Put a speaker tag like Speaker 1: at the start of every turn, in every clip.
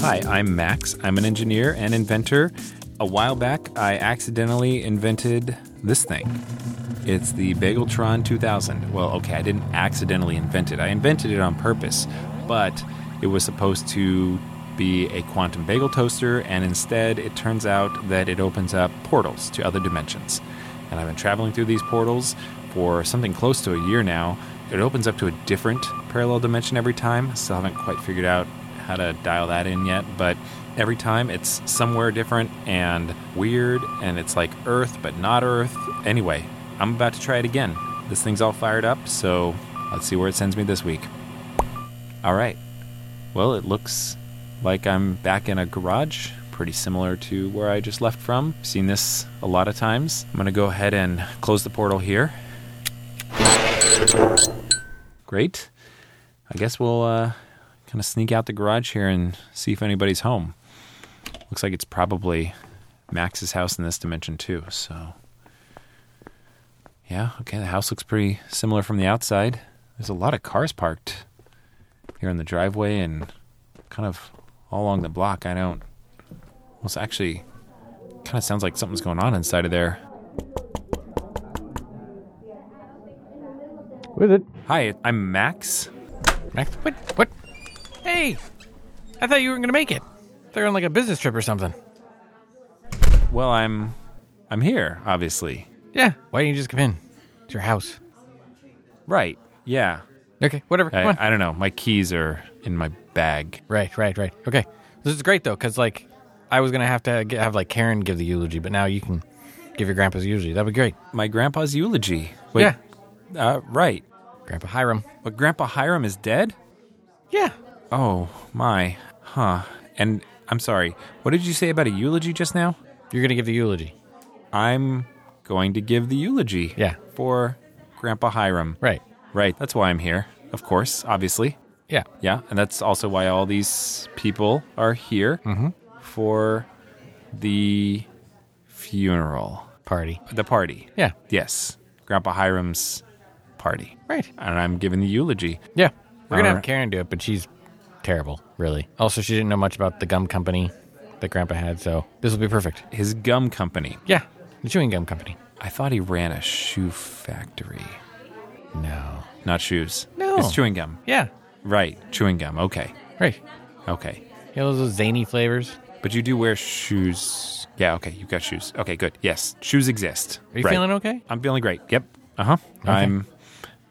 Speaker 1: Hi, I'm Max. I'm an engineer and inventor. A while back, I accidentally invented this thing. It's the Bageltron 2000. Well, okay, I didn't accidentally invent it, I invented it on purpose, but it was supposed to be a quantum bagel toaster, and instead, it turns out that it opens up portals to other dimensions. And I've been traveling through these portals for something close to a year now. It opens up to a different parallel dimension every time. Still haven't quite figured out how to dial that in yet, but every time it's somewhere different and weird, and it's like Earth but not Earth. Anyway, I'm about to try it again. This thing's all fired up, so let's see where it sends me this week. All right. Well, it looks like I'm back in a garage, pretty similar to where I just left from. Seen this a lot of times. I'm going to go ahead and close the portal here. Great. I guess we'll uh, kind of sneak out the garage here and see if anybody's home. Looks like it's probably Max's house in this dimension too. So, yeah, okay, the house looks pretty similar from the outside. There's a lot of cars parked here in the driveway and kind of all along the block. I don't. Well, it's actually kind of sounds like something's going on inside of there.
Speaker 2: With it.
Speaker 1: Hi, I'm Max.
Speaker 3: Max, what? What? Hey, I thought you weren't gonna make it. They're on like a business trip or something.
Speaker 1: Well, I'm I'm here, obviously.
Speaker 3: Yeah. Why didn't you just come in? It's your house.
Speaker 1: Right. Yeah.
Speaker 3: Okay. Whatever. Come on.
Speaker 1: I, I don't know. My keys are in my bag.
Speaker 3: right. Right. Right. Okay. This is great though, because like I was gonna have to get, have like Karen give the eulogy, but now you can give your grandpa's eulogy. That'd be great.
Speaker 1: My grandpa's eulogy. Wait.
Speaker 3: Yeah.
Speaker 1: Uh, right.
Speaker 3: Grandpa Hiram.
Speaker 1: But Grandpa Hiram is dead?
Speaker 3: Yeah.
Speaker 1: Oh, my. Huh. And I'm sorry. What did you say about a eulogy just now?
Speaker 3: You're gonna give the eulogy.
Speaker 1: I'm going to give the eulogy.
Speaker 3: Yeah.
Speaker 1: For Grandpa Hiram.
Speaker 3: Right.
Speaker 1: Right. That's why I'm here. Of course, obviously.
Speaker 3: Yeah.
Speaker 1: Yeah. And that's also why all these people are here
Speaker 3: Mm-hmm.
Speaker 1: for the funeral,
Speaker 3: Party.
Speaker 1: the party.
Speaker 3: Yeah.
Speaker 1: Yes. Grandpa Hiram's party.
Speaker 3: Right.
Speaker 1: And I'm giving the eulogy.
Speaker 3: Yeah. We're going to have
Speaker 1: Alright.
Speaker 3: Karen do it, but she's terrible, really. Also, she didn't know much about the gum company that Grandpa had, so this will be perfect.
Speaker 1: His gum company.
Speaker 3: Yeah. The chewing gum company.
Speaker 1: I thought he ran a shoe factory.
Speaker 3: No.
Speaker 1: Not shoes.
Speaker 3: No.
Speaker 1: It's chewing gum.
Speaker 3: Yeah.
Speaker 1: Right. Chewing gum. Okay.
Speaker 3: Right.
Speaker 1: Okay.
Speaker 3: You know those zany flavors?
Speaker 1: But you do wear shoes. Yeah, okay. You've got shoes. Okay, good. Yes. Shoes exist.
Speaker 3: Are you
Speaker 1: Right.
Speaker 3: feeling okay?
Speaker 1: I'm feeling great. Yep. Uh-huh. I'm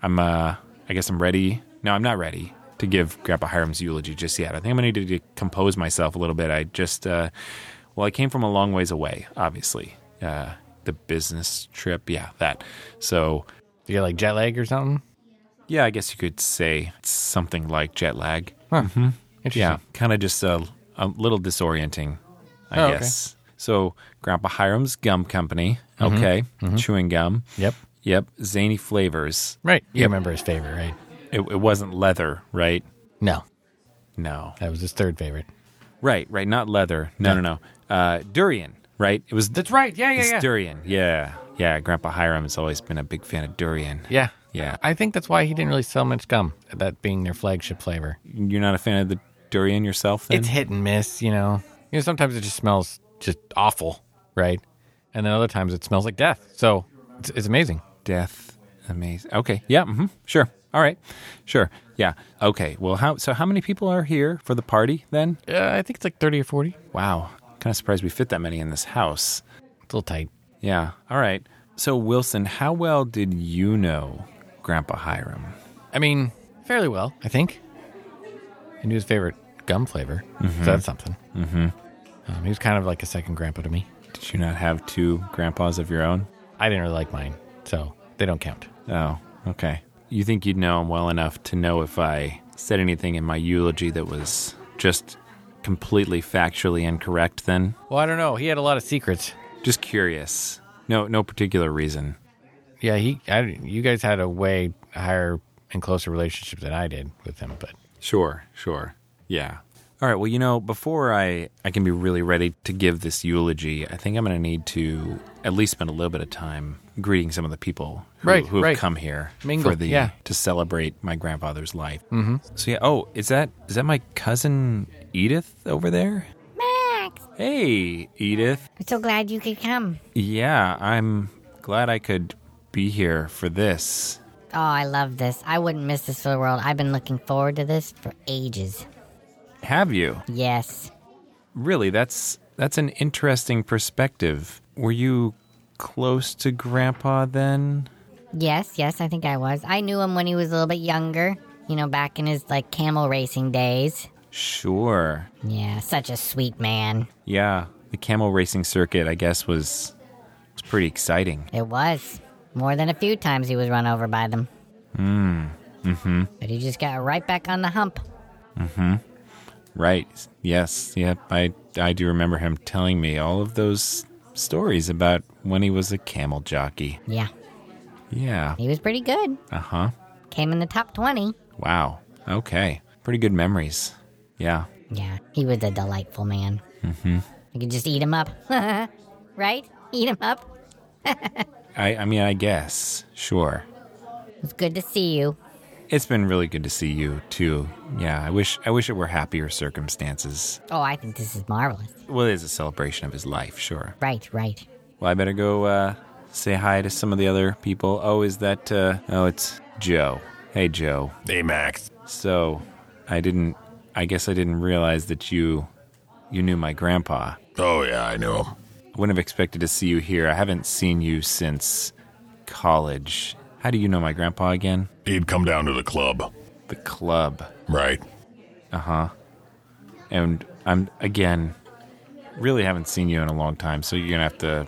Speaker 1: I'm uh I guess I'm ready. No, I'm not ready to give Grandpa Hiram's eulogy just yet. I think I'm gonna need to compose myself a little bit. I just uh well, I came from a long ways away, obviously. Uh the business trip, yeah, that. So
Speaker 3: Do you get like jet lag or something?
Speaker 1: yeah, I guess you could say it's something like jet lag.
Speaker 3: Mm-hmm. Interesting.
Speaker 1: Yeah, kind of just a, a little disorienting, I
Speaker 3: Oh, okay.
Speaker 1: guess. So, Grandpa Hiram's Gum Company, okay, chewing gum.
Speaker 3: Yep.
Speaker 1: Yep, zany flavors.
Speaker 3: Right. You remember his favorite, right?
Speaker 1: It, it wasn't leather, right?
Speaker 3: No.
Speaker 1: No.
Speaker 3: That was his third favorite.
Speaker 1: Right, right, not leather. No, no, no. Uh, durian, right? It was That's
Speaker 3: right. Yeah, yeah, yeah.
Speaker 1: durian. Yeah. Yeah, Grandpa Hiram has always been a big fan of durian.
Speaker 3: Yeah.
Speaker 1: Yeah.
Speaker 3: I think that's why he didn't really sell much gum, that being their flagship flavor.
Speaker 1: You're not a fan of the durian yourself then?
Speaker 3: it's hit and miss, you know. You know, sometimes it just smells just awful, right? And then other times it smells like death. So it's, it's amazing.
Speaker 1: death amazing okay yeah hmm sure all right sure yeah okay well how so how many people are here for the party then
Speaker 3: Uh, I think it's like 30 or 40. It's
Speaker 1: wow kind of surprised we fit that many in this house
Speaker 3: a little tight.
Speaker 1: yeah all right so wilson how well did you know grandpa hiram
Speaker 3: I mean, fairly well, I think. I knew his favorite gum flavor. So that's something. Mm-hmm. Um, he was kind of like a second grandpa to me.
Speaker 1: did you not have two grandpas of your own
Speaker 3: I didn't really like mine, so they don't count.
Speaker 1: oh okay you think you'd know him well enough to know if i said anything in my eulogy that was just completely factually incorrect then
Speaker 3: Well, I don't know. He had a lot of secrets.
Speaker 1: just curious no no particular reason
Speaker 3: Yeah, he. I, you guys had a way higher and closer relationship than I did with him, but
Speaker 1: Sure, sure. Yeah. All right. Well, you know, before I, I can be really ready to give this eulogy, I think I'm going to need to at least spend a little bit of time greeting some of the people who,
Speaker 3: Right,
Speaker 1: who have
Speaker 3: right.
Speaker 1: come here
Speaker 3: Mingle,
Speaker 1: for the
Speaker 3: yeah.
Speaker 1: to celebrate my grandfather's life. Mm-hmm. So yeah. Oh, is that is that my cousin Edith over there?
Speaker 2: Max,
Speaker 1: Hey, Edith.
Speaker 2: I'm so glad you could come.
Speaker 1: Yeah, I'm glad I could be here for this.
Speaker 2: Oh, I love this. I wouldn't miss this for the world. I've been looking forward to this for ages.
Speaker 1: Have you?
Speaker 2: Yes.
Speaker 1: Really, that's that's an interesting perspective. Were you close to grandpa then?
Speaker 2: Yes, yes, I think I was. I knew him when he was a little bit younger, you know, back in his like camel racing days.
Speaker 1: Sure.
Speaker 2: Yeah, such a sweet man.
Speaker 1: Yeah, the camel racing circuit I guess was was pretty exciting.
Speaker 2: It was. More than a few times he was run over by them. Mm. Mm-hmm. But he just got right back on the hump.
Speaker 1: Right. Yes. Yep. I I do remember him telling me all of those stories about when he was a camel jockey.
Speaker 2: Yeah.
Speaker 1: Yeah.
Speaker 2: He was pretty good.
Speaker 1: Uh-huh.
Speaker 2: Came in the top twenty.
Speaker 1: Wow. Okay. Pretty good memories. Yeah.
Speaker 2: Yeah, he was a delightful man. Mm-hmm. You could just eat him up. right? Eat him up.
Speaker 1: I I mean, I guess. Sure.
Speaker 2: It's good to see you.
Speaker 1: It's been really good to see you too. Yeah, I wish I wish it were happier circumstances.
Speaker 2: Oh, I think this is marvelous.
Speaker 1: Well, it is a celebration of his life, sure.
Speaker 2: Right, right.
Speaker 1: Well, I better go uh, say hi to some of the other people. Oh, is that? Uh, oh, it's Joe. Hey, Joe.
Speaker 3: Hey, Max.
Speaker 1: So, I didn't. I guess I didn't realize that you you knew my grandpa.
Speaker 4: Oh, yeah, I knew him.
Speaker 1: I wouldn't have expected to see you here. I haven't seen you since college. How do you know my grandpa again?
Speaker 4: He'd come down to the club,
Speaker 1: The club.
Speaker 4: right?
Speaker 1: Uh-huh. And I'm again really haven't seen you in a long time, so you're gonna have to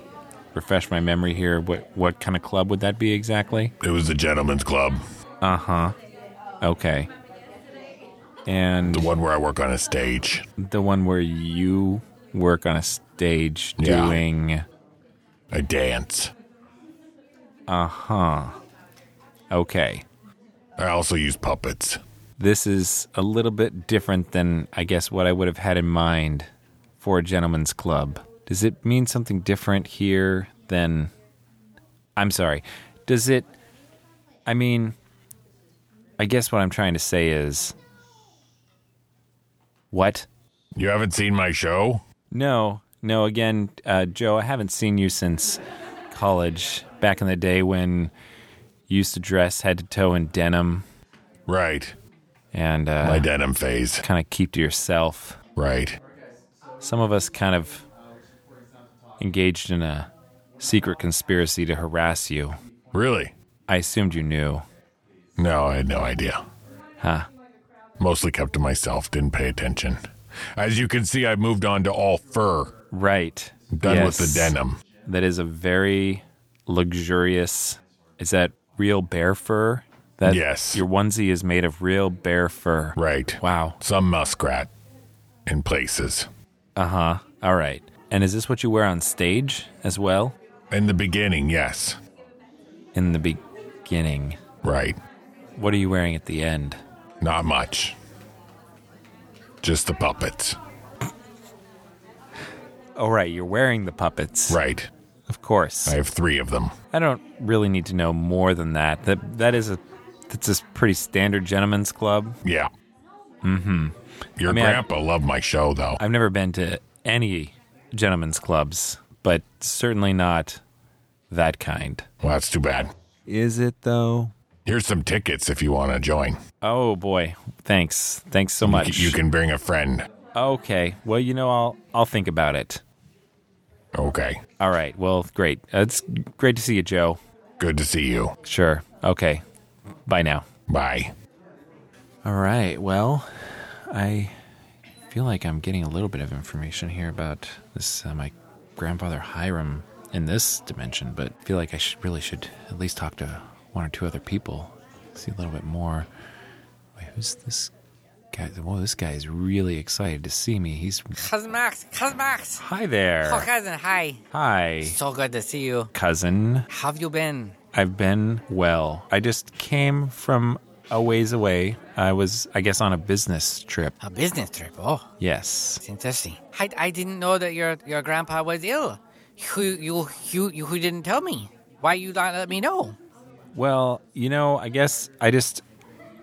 Speaker 1: refresh my memory here. What what kind of club would that be exactly? Uh-huh.
Speaker 4: It was the gentleman's club,
Speaker 1: Okay. And
Speaker 4: the one where I work on a stage.
Speaker 1: the one where you work on a stage
Speaker 4: Yeah.
Speaker 1: doing
Speaker 4: I dance.
Speaker 1: okay.
Speaker 4: I also use puppets.
Speaker 1: This is a little bit different than I guess what I would have had in mind for a gentleman's club. Does it mean something different here than I'm sorry. Does it I mean I guess what I'm trying to say is what?
Speaker 4: You haven't seen my show?
Speaker 1: No, no. Again, uh, Joe, I haven't seen you since college. Back in the day when you used to dress head to toe in denim
Speaker 4: Right.
Speaker 1: and
Speaker 4: My
Speaker 1: uh,
Speaker 4: denim phase.
Speaker 1: kind of keep to yourself.
Speaker 4: Right.
Speaker 1: Some of us kind of engaged in a secret conspiracy to harass you.
Speaker 4: Really?
Speaker 1: I assumed you knew.
Speaker 4: No, I had no idea.
Speaker 1: Huh.
Speaker 4: Mostly kept to myself, didn't pay attention. As you can see, I moved on to all fur.
Speaker 1: Right.
Speaker 4: Done with
Speaker 1: Yes.
Speaker 4: the denim.
Speaker 1: That is a very luxurious. Is that real bear fur? That
Speaker 4: Yes.
Speaker 1: Your onesie is made of real bear fur.
Speaker 4: Right.
Speaker 1: Wow.
Speaker 4: Some muskrat in places.
Speaker 1: Uh huh. All right. And is this what you wear on stage as well?
Speaker 4: In the beginning, yes.
Speaker 1: In the beginning.
Speaker 4: Right.
Speaker 1: What are you wearing at the end?
Speaker 4: Not much. Just the puppets.
Speaker 1: Oh, right. You're wearing the puppets.
Speaker 4: Right.
Speaker 1: Of course.
Speaker 4: I have three of them.
Speaker 1: I don't really need to know more than that. That That is a. That's a pretty standard gentleman's club.
Speaker 4: Yeah. Mm-hmm. Your
Speaker 1: I mean, I-
Speaker 4: grandpa loved my show, though.
Speaker 1: I've never been to any gentlemen's clubs, but certainly not that kind.
Speaker 4: well, that's too bad.
Speaker 1: Is it though?
Speaker 4: Here's some tickets if you want to join.
Speaker 1: Oh boy. Thanks. Thanks so much.
Speaker 4: You can bring a friend.
Speaker 1: Okay. Well, you know, I'll I'll think about it.
Speaker 4: Okay.
Speaker 1: All right. Well, great. Uh, It's great to see you, Joe.
Speaker 4: Good to see you.
Speaker 1: Sure. Okay. Bye now.
Speaker 4: Bye.
Speaker 1: All right. Well, I feel like I'm getting a little bit of information here about this uh, my grandfather Hiram in this dimension, but I feel like I should really should at least talk to one or two other people, see a little bit more. Wait, who's this guy? Whoa, this guy is really excited to see me. He's
Speaker 5: Cousin Max, cousin Max.
Speaker 1: hi
Speaker 5: Oh,
Speaker 1: there.
Speaker 5: cousin, hi.
Speaker 1: Hi,
Speaker 5: So good to see you.
Speaker 1: cousin.
Speaker 5: How have you been?
Speaker 1: I've been well. I just came from a ways away. I was, I guess, on a business trip.
Speaker 5: A business trip. Oh,
Speaker 1: Yes.
Speaker 5: it's interesting. I, I didn't know that your your grandpa was ill. You you you you who didn't tell me? Why you not let me know?
Speaker 1: Well, you know, I guess I just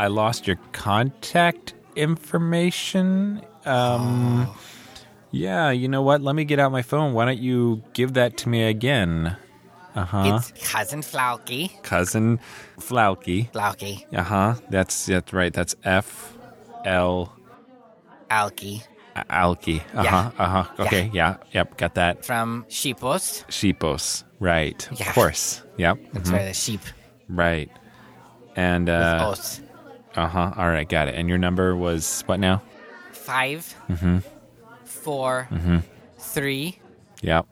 Speaker 1: I lost your contact information. Um Yeah, you know what? Let me get out my phone. Why don't you give that to me again?
Speaker 5: It's cousin Flauky.
Speaker 1: Cousin Flauky.
Speaker 5: Flauky.
Speaker 1: Uh-huh. That's that's right. That's F L
Speaker 5: Alky
Speaker 1: Alky. Uh-huh. Uh-huh. Okay, yeah. Yep, got that.
Speaker 5: from Sheepos.
Speaker 1: Sheepos. Right.
Speaker 5: Yeah.
Speaker 1: Of course. Yep.
Speaker 5: That's where the sheep
Speaker 1: Right. And uh
Speaker 5: os.
Speaker 1: uh-huh. All right, got it. And your number was what now?
Speaker 5: 5 4 three,
Speaker 1: Yep.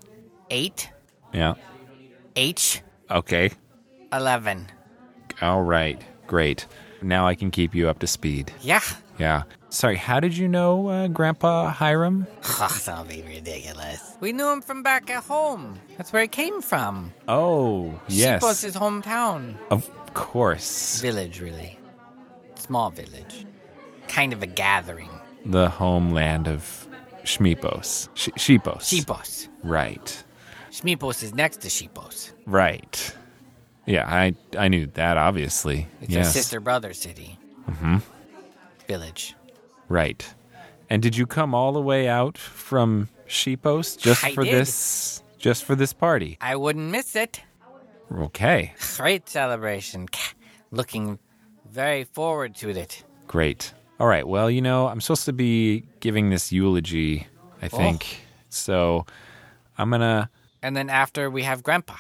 Speaker 5: eight,
Speaker 1: Yeah.
Speaker 5: H
Speaker 1: Okay.
Speaker 5: eleven.
Speaker 1: All right. Great. Now I can keep you up to speed.
Speaker 5: Yeah.
Speaker 1: Yeah. Sorry, how did you know uh, Grandpa Hiram?
Speaker 5: Oh, that'll be ridiculous. We knew him from back at home. That's where he came from.
Speaker 1: Oh, yes.
Speaker 5: Sheepos his hometown.
Speaker 1: of course.
Speaker 5: Village, really. Small village. Kind of a gathering.
Speaker 1: The homeland of Shmipos. Sh- Shepos.
Speaker 5: Sheepos.
Speaker 1: Right.
Speaker 5: Sheepos is next to Sheepos.
Speaker 1: Right. Yeah, I I knew that obviously.
Speaker 5: It's
Speaker 1: yes.
Speaker 5: a sister brother city. Mm-hmm. Village.
Speaker 1: Right. And did you come all the way out from Shepos just
Speaker 5: I
Speaker 1: for
Speaker 5: did.
Speaker 1: this just for this party?
Speaker 5: I wouldn't miss it.
Speaker 1: Okay.
Speaker 5: Great celebration. Looking very forward to it.
Speaker 1: Great. All right. Well, you know, I'm supposed to be giving this eulogy, I think. So I'm going to,
Speaker 5: And then after we have Grandpa.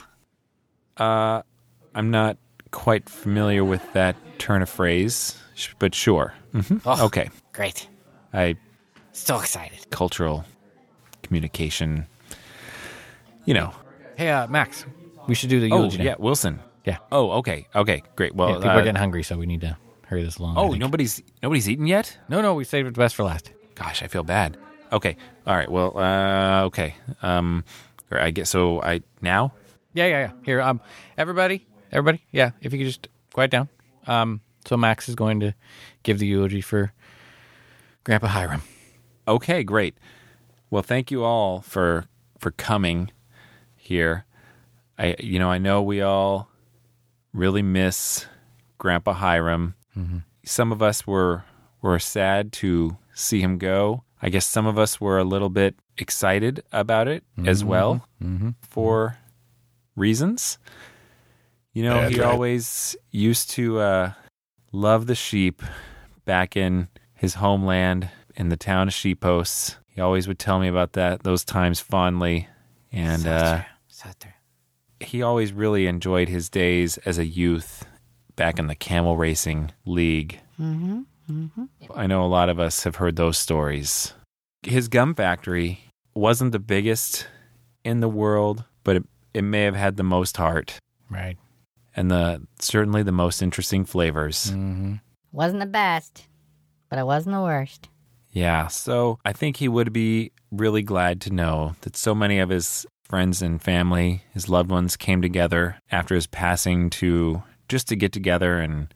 Speaker 1: I'm not quite familiar with that turn of phrase, sh- but sure. hmm
Speaker 5: Oh,
Speaker 1: Okay.
Speaker 5: Great.
Speaker 1: I,
Speaker 5: So excited.
Speaker 1: cultural communication, you know.
Speaker 3: Hey, uh, Max, we should do the
Speaker 1: Oh,
Speaker 3: eulogy. now.
Speaker 1: yeah. Wilson.
Speaker 3: Yeah.
Speaker 1: Oh, okay. Okay. Great. Well,
Speaker 3: Yeah, people
Speaker 1: uh,
Speaker 3: are getting hungry, so we need to hurry this along. I
Speaker 1: oh,
Speaker 3: think.
Speaker 1: nobody's, nobody's eaten yet?
Speaker 3: no, no, we saved it best for last.
Speaker 1: gosh, I feel bad. Okay. All right. Well, uh, okay. Um, I guess so. I now.
Speaker 3: Yeah, yeah, yeah. Here, um, everybody, everybody, yeah. If you could just quiet down. Um, so Max is going to give the eulogy for Grandpa Hiram.
Speaker 1: Okay, great. Well, thank you all for for coming here. I you know, I know we all really miss Grandpa Hiram. Some of us were were sad to see him go. I guess some of us were a little bit excited about it as well for reasons. You know,
Speaker 4: That's
Speaker 1: he
Speaker 4: right.
Speaker 1: always used to uh, love the sheep back in his homeland in the town of Sheepos. He always would tell me about that those times fondly, and uh,
Speaker 5: Sutter.
Speaker 1: he always really enjoyed his days as a youth back in the camel racing league. Mm-hmm. Mm-hmm. I know a lot of us have heard those stories. His gum factory wasn't the biggest in the world, but it, it may have had the most heart
Speaker 3: Right.
Speaker 1: and the certainly the most interesting flavors.
Speaker 3: Mm-hmm.
Speaker 2: Wasn't the best, but it wasn't the worst.
Speaker 1: Yeah, so I think he would be really glad to know that so many of his friends and family, his loved ones came together after his passing to just to get together and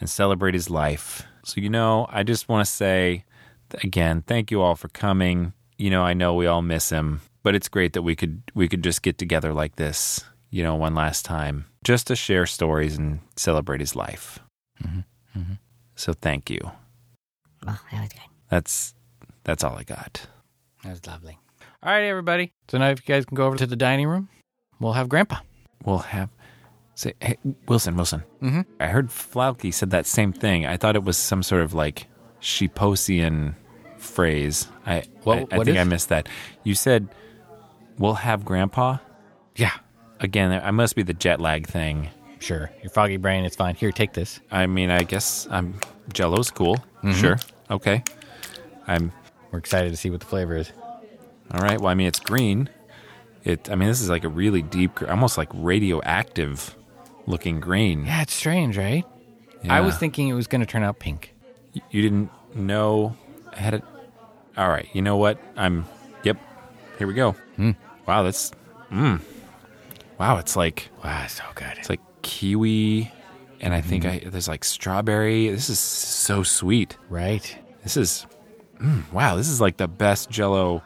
Speaker 1: and celebrate his life. So you know, I just want to say th- again, thank you all for coming. You know, I know we all miss him, but it's great that we could we could just get together like this, you know, one last time just to share stories and celebrate his life. So thank you.
Speaker 2: Well, Oh, that was good.
Speaker 1: That's that's all I got.
Speaker 5: That was lovely.
Speaker 3: All right, everybody. So now, if you guys can go over to the dining room, we'll have Grandpa.
Speaker 1: We'll have say hey, Wilson, Wilson.
Speaker 3: Mhm.
Speaker 1: I heard Flauke said that same thing. I thought it was some sort of like Sheeposian phrase. I
Speaker 3: What-
Speaker 1: I, I
Speaker 3: what
Speaker 1: think I
Speaker 3: is?
Speaker 1: missed that. You said we'll have Grandpa
Speaker 3: Yeah,
Speaker 1: again. I must be the jet lag thing.
Speaker 3: sure. Your foggy brain, it's fine. Here, take this.
Speaker 1: I mean, I guess I'm Jello's cool.
Speaker 3: Mm-hmm.
Speaker 1: Sure, okay. I'm
Speaker 3: We're excited to see what the flavor is.
Speaker 1: all right. Well, I mean, it's green. It. I mean, this is like a really deep, gr- almost like radioactive looking green.
Speaker 3: Yeah, it's strange, right? I
Speaker 1: Yeah.
Speaker 3: was thinking it was going to turn out pink.
Speaker 1: you didn't know I had it. All right, you know what? I'm. Yep, here we go.
Speaker 3: Hmm.
Speaker 1: Wow, that's. Mm. Wow, it's like
Speaker 3: Wow, so good.
Speaker 1: it's like kiwi and I
Speaker 3: Hmm.
Speaker 1: think I there's like strawberry. This is so sweet.
Speaker 3: Right.
Speaker 1: This is mm, wow. This is like the best Jello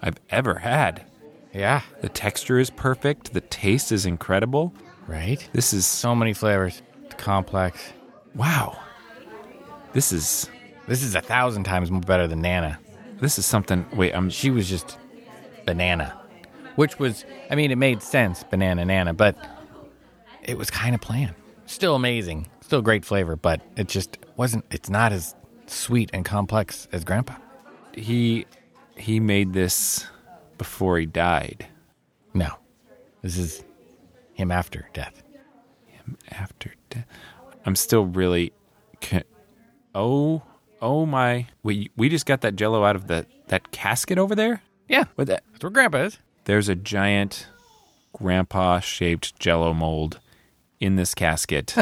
Speaker 1: I've ever had.
Speaker 3: Yeah.
Speaker 1: The texture is perfect. The taste is incredible.
Speaker 3: Right.
Speaker 1: This is so
Speaker 3: So many flavors. It's complex.
Speaker 1: wow. This is
Speaker 3: This is a thousand times more better than Nana.
Speaker 1: this is something. Wait, I'm
Speaker 3: She was just banana, which was, I mean, it made sense, banana, nana, but it was kind of plain. Still amazing. Still great flavor, but it just wasn't, it's not as sweet and complex as Grandpa.
Speaker 1: he he made this before he died.
Speaker 3: No. This is him after death.
Speaker 1: After death, I'm still really. Can, oh oh my! We we just got that Jello out of the that casket over there.
Speaker 3: Yeah.
Speaker 1: What that?
Speaker 3: That's where Grandpa is.
Speaker 1: there's a giant grandpa shaped jello mold in this casket.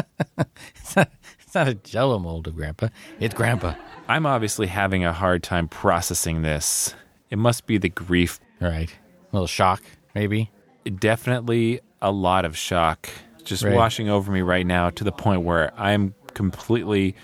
Speaker 3: It's not a jello mold of Grandpa, it's Grandpa.
Speaker 1: I'm obviously having a hard time processing this. It must be the grief,
Speaker 3: All right. A little shock, maybe.
Speaker 1: definitely a lot of shock just
Speaker 3: Right.
Speaker 1: washing over me right now to the point where I'm completely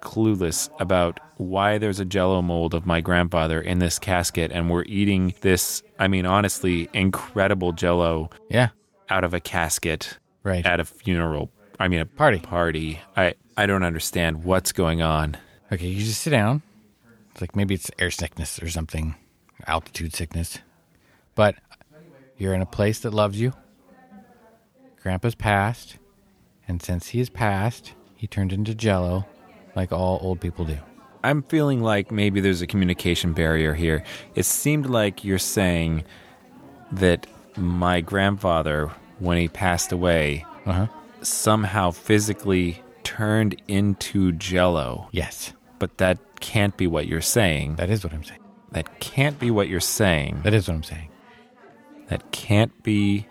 Speaker 1: clueless about why there's a jello mold of my grandfather in this casket and we're eating this, I mean honestly, incredible jello
Speaker 3: Yeah.
Speaker 1: out of a casket
Speaker 3: Right.
Speaker 1: at a funeral. I mean, a
Speaker 3: Party.
Speaker 1: Party. I I don't understand what's going on.
Speaker 3: Okay, you just sit down. It's like maybe it's air sickness or something, altitude sickness. But you're in a place that loves you. Grandpa's passed, and since he is passed, he turned into jello like all old people do.
Speaker 1: I'm feeling like maybe there's a communication barrier here. It seemed like you're saying that my grandfather, when he passed away,
Speaker 3: Uh huh.
Speaker 1: somehow physically turned into Jello.
Speaker 3: Yes,
Speaker 1: But that can't be what you're saying.
Speaker 3: that is what I'm saying.
Speaker 1: That can't be what you're saying.
Speaker 3: That is what I'm saying.
Speaker 1: That can't be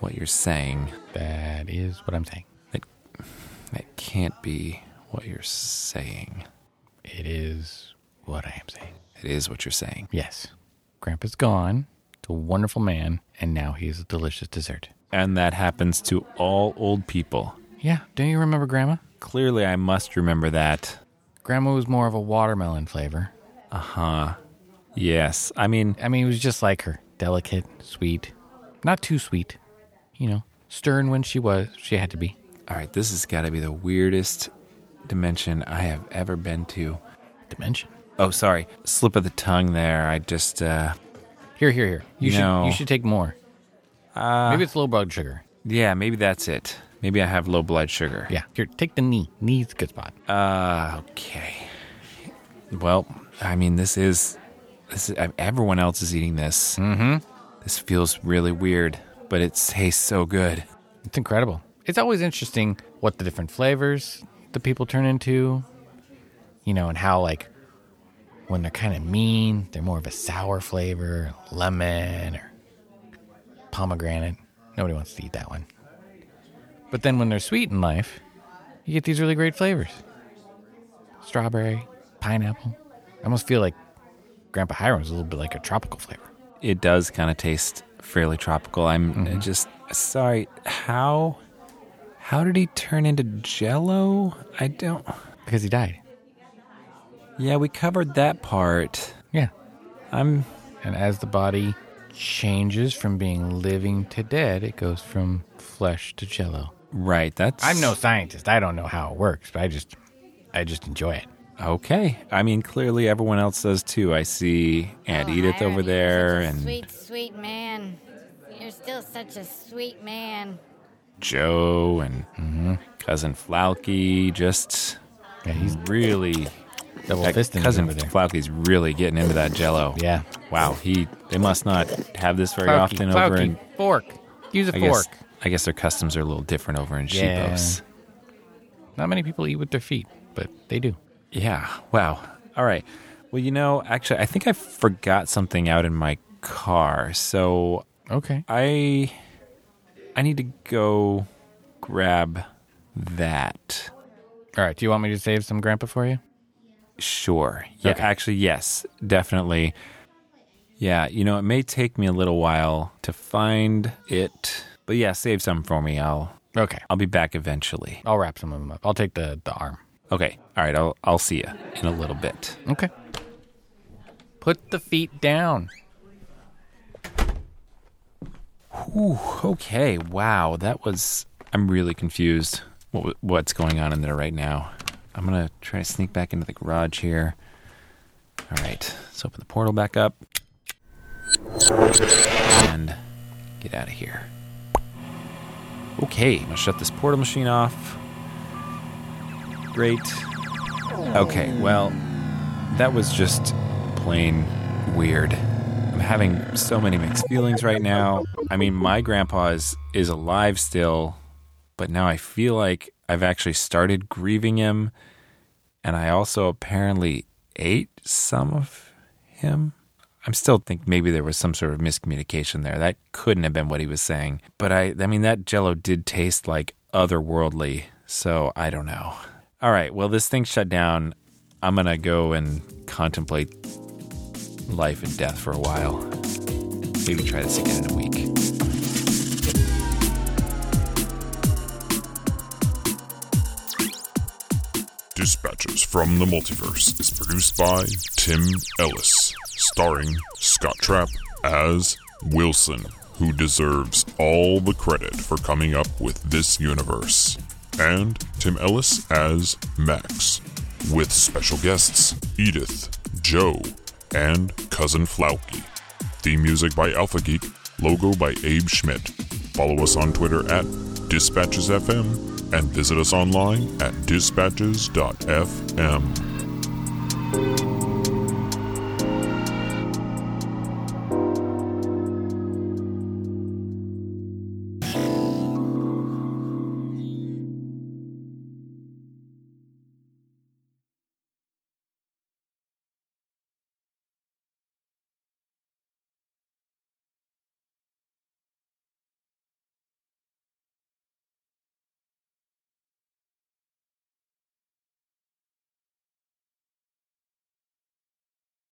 Speaker 1: what you're saying.
Speaker 3: That is what I'm saying.
Speaker 1: That can't be what you're saying.
Speaker 3: It is what I am saying.
Speaker 1: It is what you're saying.
Speaker 3: Yes. Grandpa's gone. It's a wonderful man, and now he is a delicious dessert.
Speaker 1: And that happens to all old people.
Speaker 3: Yeah, don't you remember Grandma?
Speaker 1: Clearly, I must remember that.
Speaker 3: Grandma was more of a watermelon flavor.
Speaker 1: Yes. I mean,
Speaker 3: I mean, it was just like her delicate, sweet, not too sweet, you know, stern when she was, she had to be.
Speaker 1: all right, this has got to be the weirdest dimension I have ever been to.
Speaker 3: Dimension.
Speaker 1: Oh, sorry. Slip of the tongue there. I just, uh,
Speaker 3: Here, here, here. You
Speaker 1: No.
Speaker 3: should you should take more. Uh, Maybe it's low blood sugar.
Speaker 1: yeah, maybe that's it. Maybe I have low blood sugar.
Speaker 3: Yeah. Here, take the knee. Knee's a good spot.
Speaker 1: Uh, okay. Well, I mean, this is, this is, everyone else is eating this. Mm hmm. This feels really weird, but it tastes so good.
Speaker 3: It's incredible. It's always interesting what the different flavors the people turn into, you know, and how like when they're kind of mean, they're more of a sour flavor, lemon or pomegranate. Nobody wants to eat that one. But then when they're sweet in life, you get these really great flavors. Strawberry, pineapple. I almost feel like Grandpa Hiram's a little bit like a tropical flavor.
Speaker 1: it does kind of taste fairly tropical. I'm uh,
Speaker 3: Mm-hmm.
Speaker 1: just sorry. How how did he turn into Jello? I don't.
Speaker 3: Because he died.
Speaker 1: Yeah, we covered that part.
Speaker 3: Yeah.
Speaker 1: I'm
Speaker 3: And as the body changes from being living to dead, it goes from flesh to jello.
Speaker 1: right. That's
Speaker 3: I'm no scientist. I don't know how it works, but I just I just enjoy it.
Speaker 1: okay. I mean, clearly everyone else does too. I see Aunt
Speaker 2: Oh,
Speaker 1: Edith
Speaker 2: Hiram,
Speaker 1: over
Speaker 2: you're such
Speaker 1: there,
Speaker 2: a
Speaker 1: and
Speaker 2: sweet, sweet man. You're still such a sweet man.
Speaker 1: Joe, and mm-hmm, cousin Flauky. Just
Speaker 3: Yeah, he's
Speaker 1: really
Speaker 3: double
Speaker 1: that
Speaker 3: fisting it
Speaker 1: cousin
Speaker 3: over there.
Speaker 1: Flauky's really getting into that Jello.
Speaker 3: Yeah.
Speaker 1: Wow. He they must not have this very
Speaker 3: Flauky,
Speaker 1: often over
Speaker 3: flauky,
Speaker 1: in
Speaker 3: fork. Use a
Speaker 1: I
Speaker 3: fork.
Speaker 1: guess I guess their customs are a little different over in
Speaker 3: Yeah.
Speaker 1: Shebos.
Speaker 3: Not many people eat with their feet, but they do.
Speaker 1: Yeah. Wow. All right. Well, you know, actually, I think I forgot something out in my car, so
Speaker 3: Okay.
Speaker 1: I I need to go grab that.
Speaker 3: All right. Do you want me to save some grandpa for you?
Speaker 1: Sure. Yeah.
Speaker 3: Okay.
Speaker 1: Actually, yes, definitely. Yeah. You know, it may take me a little while to find it, but yeah, save some for me. I'll
Speaker 3: Okay.
Speaker 1: I'll be back eventually.
Speaker 3: I'll wrap some of them up. I'll take the, the arm.
Speaker 1: Okay. All right. I'll, I'll see you in a little bit.
Speaker 3: Okay. Put the feet down.
Speaker 1: Ooh, okay. Wow. That was. I'm really confused what, what's going on in there right now. I'm going to try to sneak back into the garage here. All right. Let's open the portal back up and get out of here. Okay. I'm going to shut this portal machine off. Great. Okay. Well, that was just plain weird. I'm having so many mixed feelings right now. I mean, my grandpa is, is alive still, but now I feel like I've actually started grieving him, and I also apparently ate some of him. I'm still think maybe there was some sort of miscommunication there. That couldn't have been what he was saying. But I I mean that jello did taste like otherworldly, so I don't know. All right, well this thing shut down. I'm going to go and contemplate life and death for a while. Maybe try this again in a week.
Speaker 6: Dispatches from the Multiverse is produced by Tim Ellis, starring Scott Trapp as Wilson, who deserves all the credit for coming up with this universe, and Tim Ellis as Max, with special guests Edith, Joe, and Cousin Flauky. Theme music by Alpha Geek, logo by Abe Schmidt. Follow us on Twitter at DispatchesFM and visit us online at dispatches.fm.